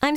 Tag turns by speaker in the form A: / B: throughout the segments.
A: I'm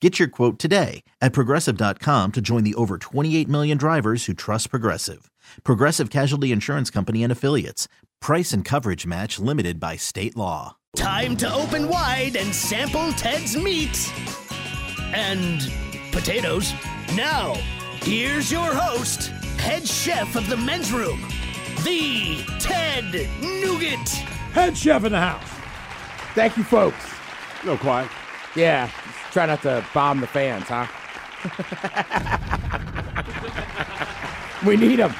B: Get your quote today at progressive.com to join the over 28 million drivers who trust Progressive. Progressive Casualty Insurance Company and Affiliates. Price and coverage match limited by state law.
C: Time to open wide and sample Ted's meat and potatoes. Now, here's your host, head chef of the men's room, the Ted Nugent.
D: Head chef in the house.
E: Thank you, folks.
F: No, quiet.
E: Yeah, just try not to bomb the fans, huh? we need them.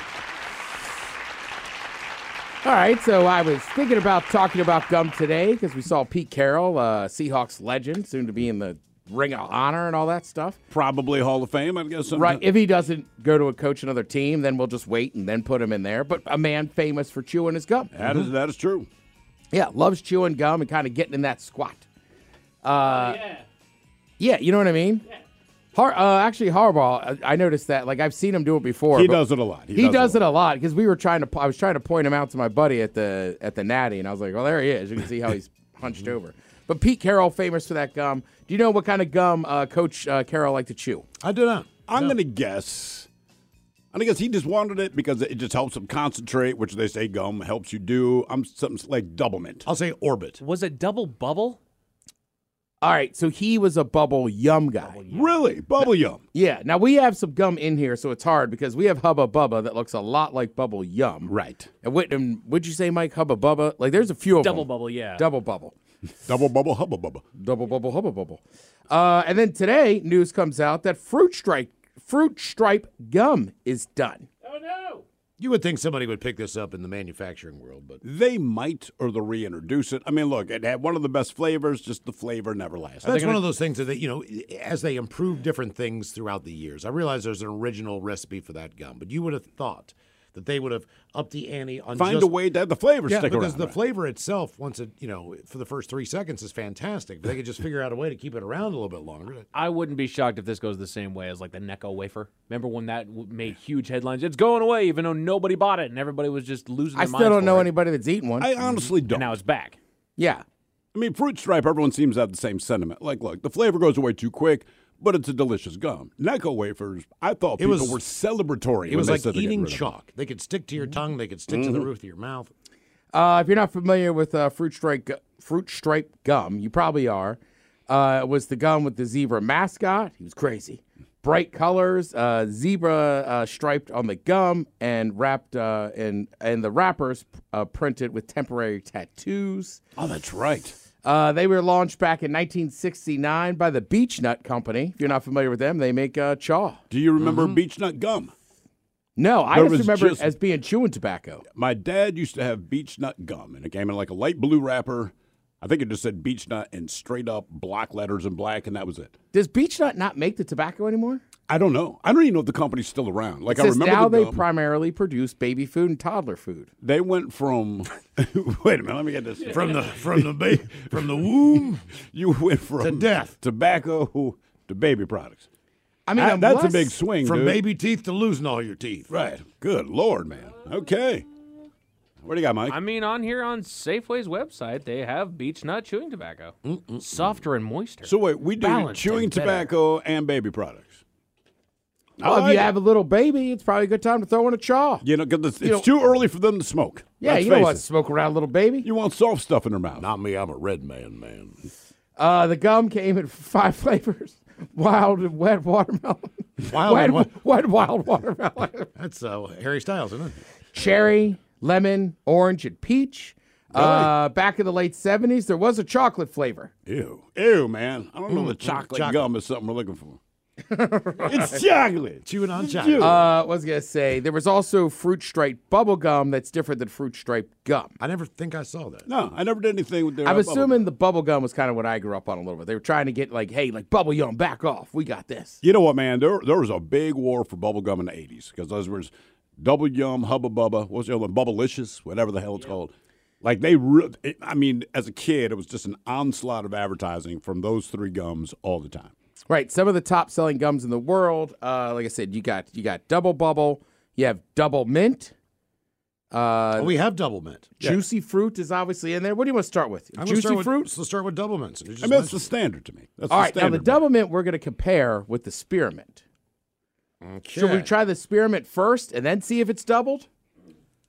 E: All right, so I was thinking about talking about gum today because we saw Pete Carroll, uh, Seahawks legend, soon to be in the Ring of Honor and all that stuff.
F: Probably Hall of Fame, I guess.
E: Right. If he doesn't go to a coach another team, then we'll just wait and then put him in there. But a man famous for chewing his gum.
F: That is that is true.
E: Yeah, loves chewing gum and kind of getting in that squat. Uh, yeah. you know what I mean? Har- uh, actually, Harbaugh, I I noticed that. Like, I've seen him do it before.
F: He
E: but-
F: does it a lot.
E: He, does, it a lot because we were trying to. I was trying to point him out to my buddy at the at the Natty, and I was like, "Well, there he is. You can see how he's punched over." But Pete Carroll, famous for that gum. Do you know what kind of gum uh, Coach uh, Carroll liked to chew?
D: I do not.
F: I'm gonna guess. I'm gonna guess he just wanted it because it just helps him concentrate, which they say gum helps you do. I'm something like doublemint.
D: I'll say orbit.
G: Was it double bubble?
E: All right, so he was a bubble yum guy.
F: Really, bubble yum.
E: Yeah. Now we have some gum in here, so it's hard because we have Hubba Bubba that looks a lot like Bubble Yum.
F: Right.
E: And what and would you say, Mike? Hubba Bubba? Like, there's a few of
G: Double
E: them.
G: bubble, yeah.
E: Double bubble.
F: Double bubble, hubba bubba.
E: Double bubble, hubba bubble. Uh, and then today, news comes out that fruit stripe fruit stripe gum is done.
D: You would think somebody would pick this up in the manufacturing world, but
F: They might or they'll reintroduce it. I mean, look, it had one of the best flavors. Just the flavor never lasts.
D: that's one of those things that they, you know, as they improve different things throughout the years. I realize there's an original recipe for that gum, but you would have thought that they would have upped the ante on
F: Find
D: just-
F: a way to have the flavor
D: Yeah,
F: stick
D: because
F: around.
D: the flavor itself, once it, you know, for the first three seconds is fantastic. But they could just figure out a way to keep it around a little bit longer.
G: I wouldn't be shocked if this goes the same way as like the Necco wafer. Remember when that w- made huge headlines? It's going away, even though nobody bought it and everybody was just losing.
E: I
G: Their
E: still
G: minds
E: don't know
G: for it.
E: anybody that's eaten one.
F: I honestly don't.
G: And now it's back.
E: yeah.
F: I mean, fruit stripe, everyone seems to have the same sentiment. Like, look, the flavor goes away too quick, but it's a delicious gum. Necco wafers, I thought
D: It
F: people
D: was-
F: were celebratory.
D: It was like eating chalk. They could stick to
F: Mm-hmm.
D: your tongue. They could stick to the roof of your mouth.
E: Uh, if you're not familiar with uh, fruit stripe fruit stripe gum, you probably are. Uh, it was the gum with the zebra mascot. He was crazy. Bright colors, uh, zebra uh, striped on the gum, and wrapped uh, in and the wrappers uh, printed with temporary tattoos.
F: Oh, that's right.
E: Uh, they were launched back in 1969 by the Beech Nut Company. If you're not familiar with them, they make uh, chaw.
F: Do you remember
D: Mm-hmm.
F: beech nut gum?
E: No, I
F: There
E: just
F: was
E: remember
F: just-
E: it as being chewing tobacco.
F: My dad used to have beech nut gum, and it came in like a light blue wrapper. I think it just said beech nut and straight up block letters in black, and that was it.
E: Does Beech Nut not make the tobacco anymore?
F: I don't know. I don't even know if the company's still around. Like,
E: It
F: I
E: says
F: remember
E: now
F: the
E: they
F: gum.
E: primarily produce baby food and toddler food.
F: they went from. wait a minute, let me get this.
D: From the from the ba- from the womb.
F: you went from
D: death.
F: tobacco to baby products.
E: I mean,
F: That- that's a
E: unless-
F: big swing,
D: From
F: dude.
D: baby teeth to losing all your teeth.
F: Right. Good lord, man. Okay. What do you got, Mike?
G: I mean, on here on Safeway's website, they have beech nut chewing tobacco, softer and moister.
F: so wait, we do
G: Balanced
F: chewing
G: and better.
F: tobacco and baby products. I
E: Well, if
F: like
E: you
F: it.
E: have a little baby, it's probably a good time to throw in a chaw.
F: you know, 'cause it's,
E: you
F: it's too early for them to smoke.
E: Yeah,
F: Let's
E: you don't
F: face
E: want
F: it.
E: to smoke around a little baby.
F: You want soft stuff in their mouth.
D: Not me. I'm a red man, man.
E: Uh, the gum came in five flavors: wild and wet watermelon,
D: Wild and
E: wet, wet wild watermelon,
D: That's uh, Harry Styles, isn't it?
E: cherry, lemon, orange, and peach. Uh, back in the late 70s, there was a chocolate flavor.
F: Ew. Ew, man. I don't
E: Mm,
F: know the chocolate,
D: chocolate.
F: gum is something we're looking for. It's chocolate.
D: Chewing on
F: It's
D: chocolate.
E: Uh, was going to say, there was also fruit stripe bubble gum that's different than fruit stripe gum.
D: I never think I saw that.
F: no, I never did anything with their. uh,
E: I'm assuming the bubble gum was kind of what I grew up on a little bit. They were trying to get like, hey, like bubble gum, back off. We got this.
F: You know what, man? There, there was a big war for bubble gum in the 80s because those was Double Yum, Hubba Bubba, what's the other one? Bubblicious, whatever the hell it's called. Like they, re- it, I mean, as a kid, it was just an onslaught of advertising from those three gums all the time.
E: Right. Some of the top selling gums in the world. Uh, like I said, you got you got double bubble. You have double mint. Uh,
D: Oh, we have double mint.
E: Juicy fruit is obviously in there. What do you want to start with?
D: I'm gonna
E: Juicy
D: start with-
E: fruit.
D: Let's start with double mints. You just
F: I mean, that's the
D: mentioned-
F: standard to me. That's
E: All
F: the
E: right. Now
F: standard.
E: the double mint we're going to compare with the spearmint. Should we
D: Okay.
E: try the spearmint first and then see if it's doubled,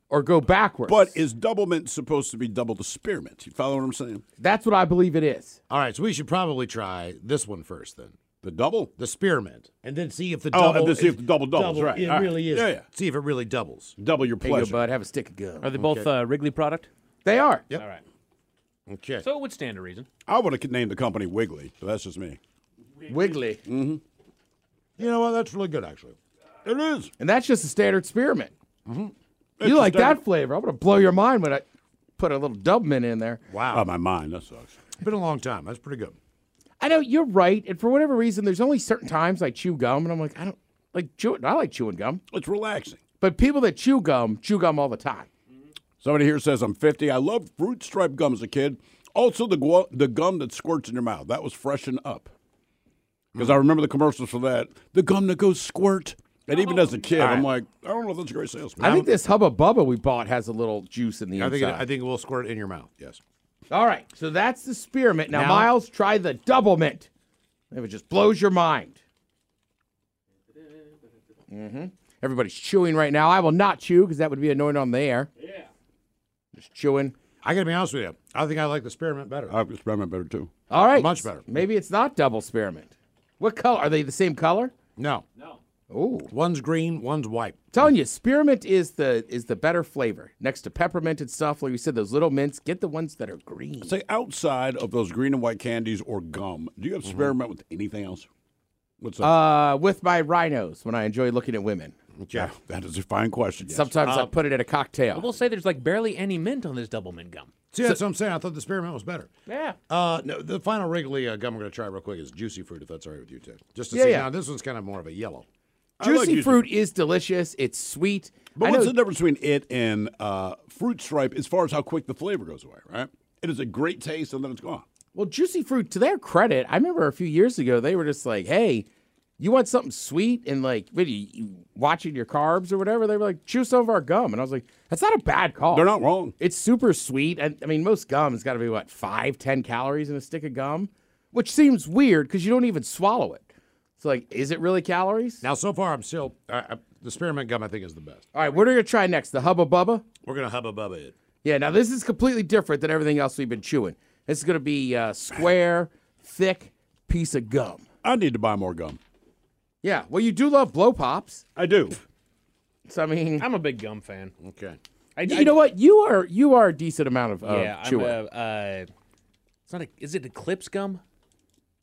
E: or go backwards?
F: But is double mint supposed to be double the spearmint? You follow what I'm saying?
E: that's what I believe it is.
D: All right, so we should probably try this one first, then
F: The double?
D: the spearmint, and then see if the
F: Oh, and
D: double.
F: then see
D: is-
F: if the double doubles, right,
D: It
F: all right.
D: really is.
F: Yeah, yeah.
D: See if it really doubles.
F: Double your
E: There you
F: pleasure.
E: go, bud. Have a stick of gum.
G: Are they both uh, Wrigley product?
E: They are.
D: Yep.
G: All right.
D: Okay.
G: So it would stand to reason.
F: I would have named the company Wiggly, but that's just me.
E: Wiggly.
D: you know what? That's really good, actually.
F: It is.
E: And that's just a standard spearmint.
F: It's
E: you
F: a
E: like
F: standard-
E: that flavor? I'm gonna blow your mind when I put a little Doublemint in there.
D: Wow,
F: Out of Oh, my mind. That sucks.
D: it's been a long time. That's pretty good.
E: I know you're right, and for whatever reason, there's only certain times I chew gum, and I'm like, I don't like chewing. I like chewing gum,
F: It's relaxing.
E: but people that chew gum chew gum all the time.
F: Somebody here says I'm 50. I loved fruit stripe gum as a kid. Also the gu- the gum that squirts in your mouth. That was freshen up. Because I remember the commercials for that. The gum that goes squirt. And even as a kid, I'm like, I don't know if that's a great salesman.
E: I think this Hubba Bubba we bought has a little juice in the
D: I
E: inside.
D: think it, I think it will squirt in your mouth. Yes.
E: all right, so that's the spearmint. Now,
D: Now-
E: Miles, try the double mint. If it just blows your mind. Mm-hmm. Everybody's chewing right now. I will not chew because that would be annoying on the air. Yeah. Just chewing.
D: I gotta be honest with you. I think I like the spearmint better.
F: I experiment better too.
E: All right.
D: Much better.
E: Maybe it's not double spearmint. What color? Are they the same color?
D: no.
E: Ooh.
D: One's green, one's white.
E: Telling you, spearmint is the is the better flavor. Next to peppermint and stuff, like we said, those little mints, get the ones that are green.
F: Say outside of those green and white candies or gum, do you experiment with anything else? What's up?
E: Uh, with my rhinos when I enjoy looking at women.
F: yeah, that is a fine question. yes.
E: Sometimes I'll put it in a
G: I
E: cocktail.
G: will say there's like barely any mint on this double mint gum.
D: See, that's what I'm saying. I thought the spearmint was better.
G: Yeah.
D: Uh, no, the final Wrigley uh, gum we're gonna try real quick is juicy fruit. If that's all right with you, too. Just to
E: Yeah,
D: see.
E: yeah.
D: Now this one's kind of more of a yellow.
F: like
E: Juicy
F: juicy
E: fruit is delicious. It's sweet.
F: But
E: I
F: what's
E: know-
F: the difference between it and uh, fruit stripe as far as how quick the flavor goes away, right? It is a great taste and then it's gone.
E: Well, Juicy Fruit, to their credit, I remember a few years ago they were just like, "Hey, you want something sweet and like, what are you, you watching your carbs or whatever?" They were like, "Chew some of our gum," and I was like, "That's not a bad call."
F: They're not wrong.
E: It's super sweet, and I mean, most gum has got to be what five, ten calories in a stick of gum, which seems weird because you don't even swallow it. It's like, is it really calories?
D: Now, so far, I'm still uh, uh, the spearmint gum. I think is the best.
E: All right, what are we gonna try next? The Hubba Bubba.
D: We're gonna hubba bubba it.
E: Yeah, now this is completely different than everything else we've been chewing. This is gonna be uh, square, thick piece of gum.
F: I need to buy more gum.
E: Yeah. Well, you do love blow pops.
F: I do.
E: So I mean,
G: I'm a big gum fan.
D: Okay.
G: I,
E: you
G: I-
E: know what? You are you are a decent amount of uh,
G: Yeah, I'm a,
E: chewer.
G: uh, it's not a, is it Eclipse gum?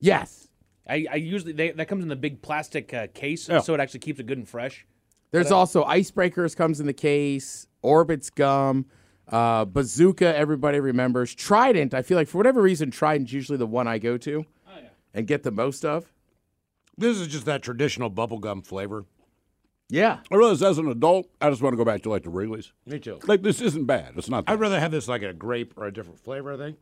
E: yes.
G: I, I usually they, that comes in the big plastic uh, case, so it actually keeps it good and fresh.
E: There's
G: uh,
E: also icebreakers comes in the case. Orbit's gum, uh, bazooka. Everybody remembers Trident. I feel like for whatever reason, Trident's usually the one I go to
G: Oh,
E: and get the most of.
D: This is just that traditional bubblegum flavor.
E: Yeah.
F: I realize as an adult, I just want to go back to like the Wrigley's.
D: Me too.
F: Like this isn't bad. It's not.
D: I'd
F: Bad.
D: rather have this like in a grape or a different flavor, I think.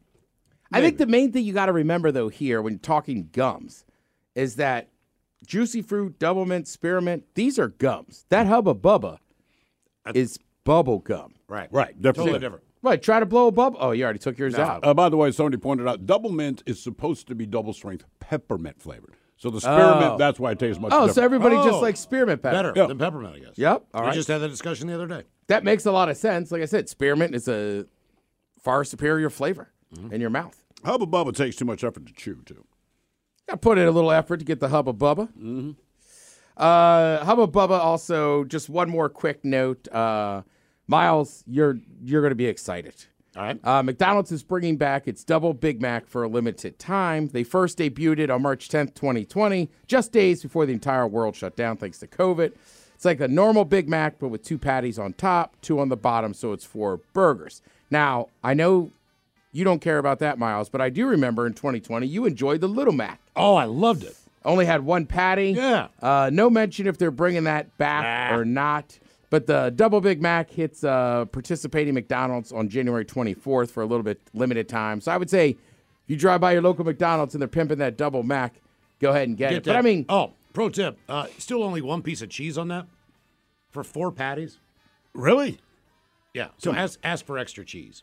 E: I think the main thing you got to remember though here when talking gums is that juicy fruit, double mint, spearmint. These are gums. That hubba bubba is bubble gum.
D: Right.
F: Right,
D: Totally
F: definitely.
D: different.
E: Right, try to blow a bubble. Oh, you already took yours out.
F: Uh, by the way, somebody pointed out double mint is supposed to be double strength peppermint flavored. So the spearmint, that's why it tastes much.
E: oh,
F: different.
E: so everybody
D: Oh.
E: just likes spearmint better.
D: Better
F: Yeah.
D: than peppermint, I guess.
E: Yep. All
D: we
E: right.
D: just had that discussion the other day.
E: that makes a lot of sense. Like I said, spearmint is a far superior flavor in your mouth.
F: Hubba Bubba takes too much effort to chew too.
E: I put in a little effort to get the Hubba Bubba. Uh, Hubba Bubba also, just one more quick note. Uh, Miles, you're you're going to be excited.
D: All right.
E: Uh, McDonald's is bringing back its double Big Mac for a limited time. They first debuted it on March 10th, 2020, just days before the entire world shut down thanks to COVID. It's like a normal Big Mac, but with two patties on top, two on the bottom, so it's four burgers. Now, I know you don't care about that, Miles, but I do remember in 2020 you enjoyed the Little Mac.
D: Oh, I loved it.
E: Only had one patty.
D: Yeah.
E: Uh, no mention if they're bringing that back or not. But the double Big Mac hits uh, participating McDonald's on January 24th for a little bit limited time. So I would say if you drive by your local McDonald's and they're pimping that double Mac, go ahead and get, it. But I mean,
D: oh, pro tip: uh, still only one piece of cheese on that for four patties.
F: Really?
D: Yeah. So ask ask for extra cheese.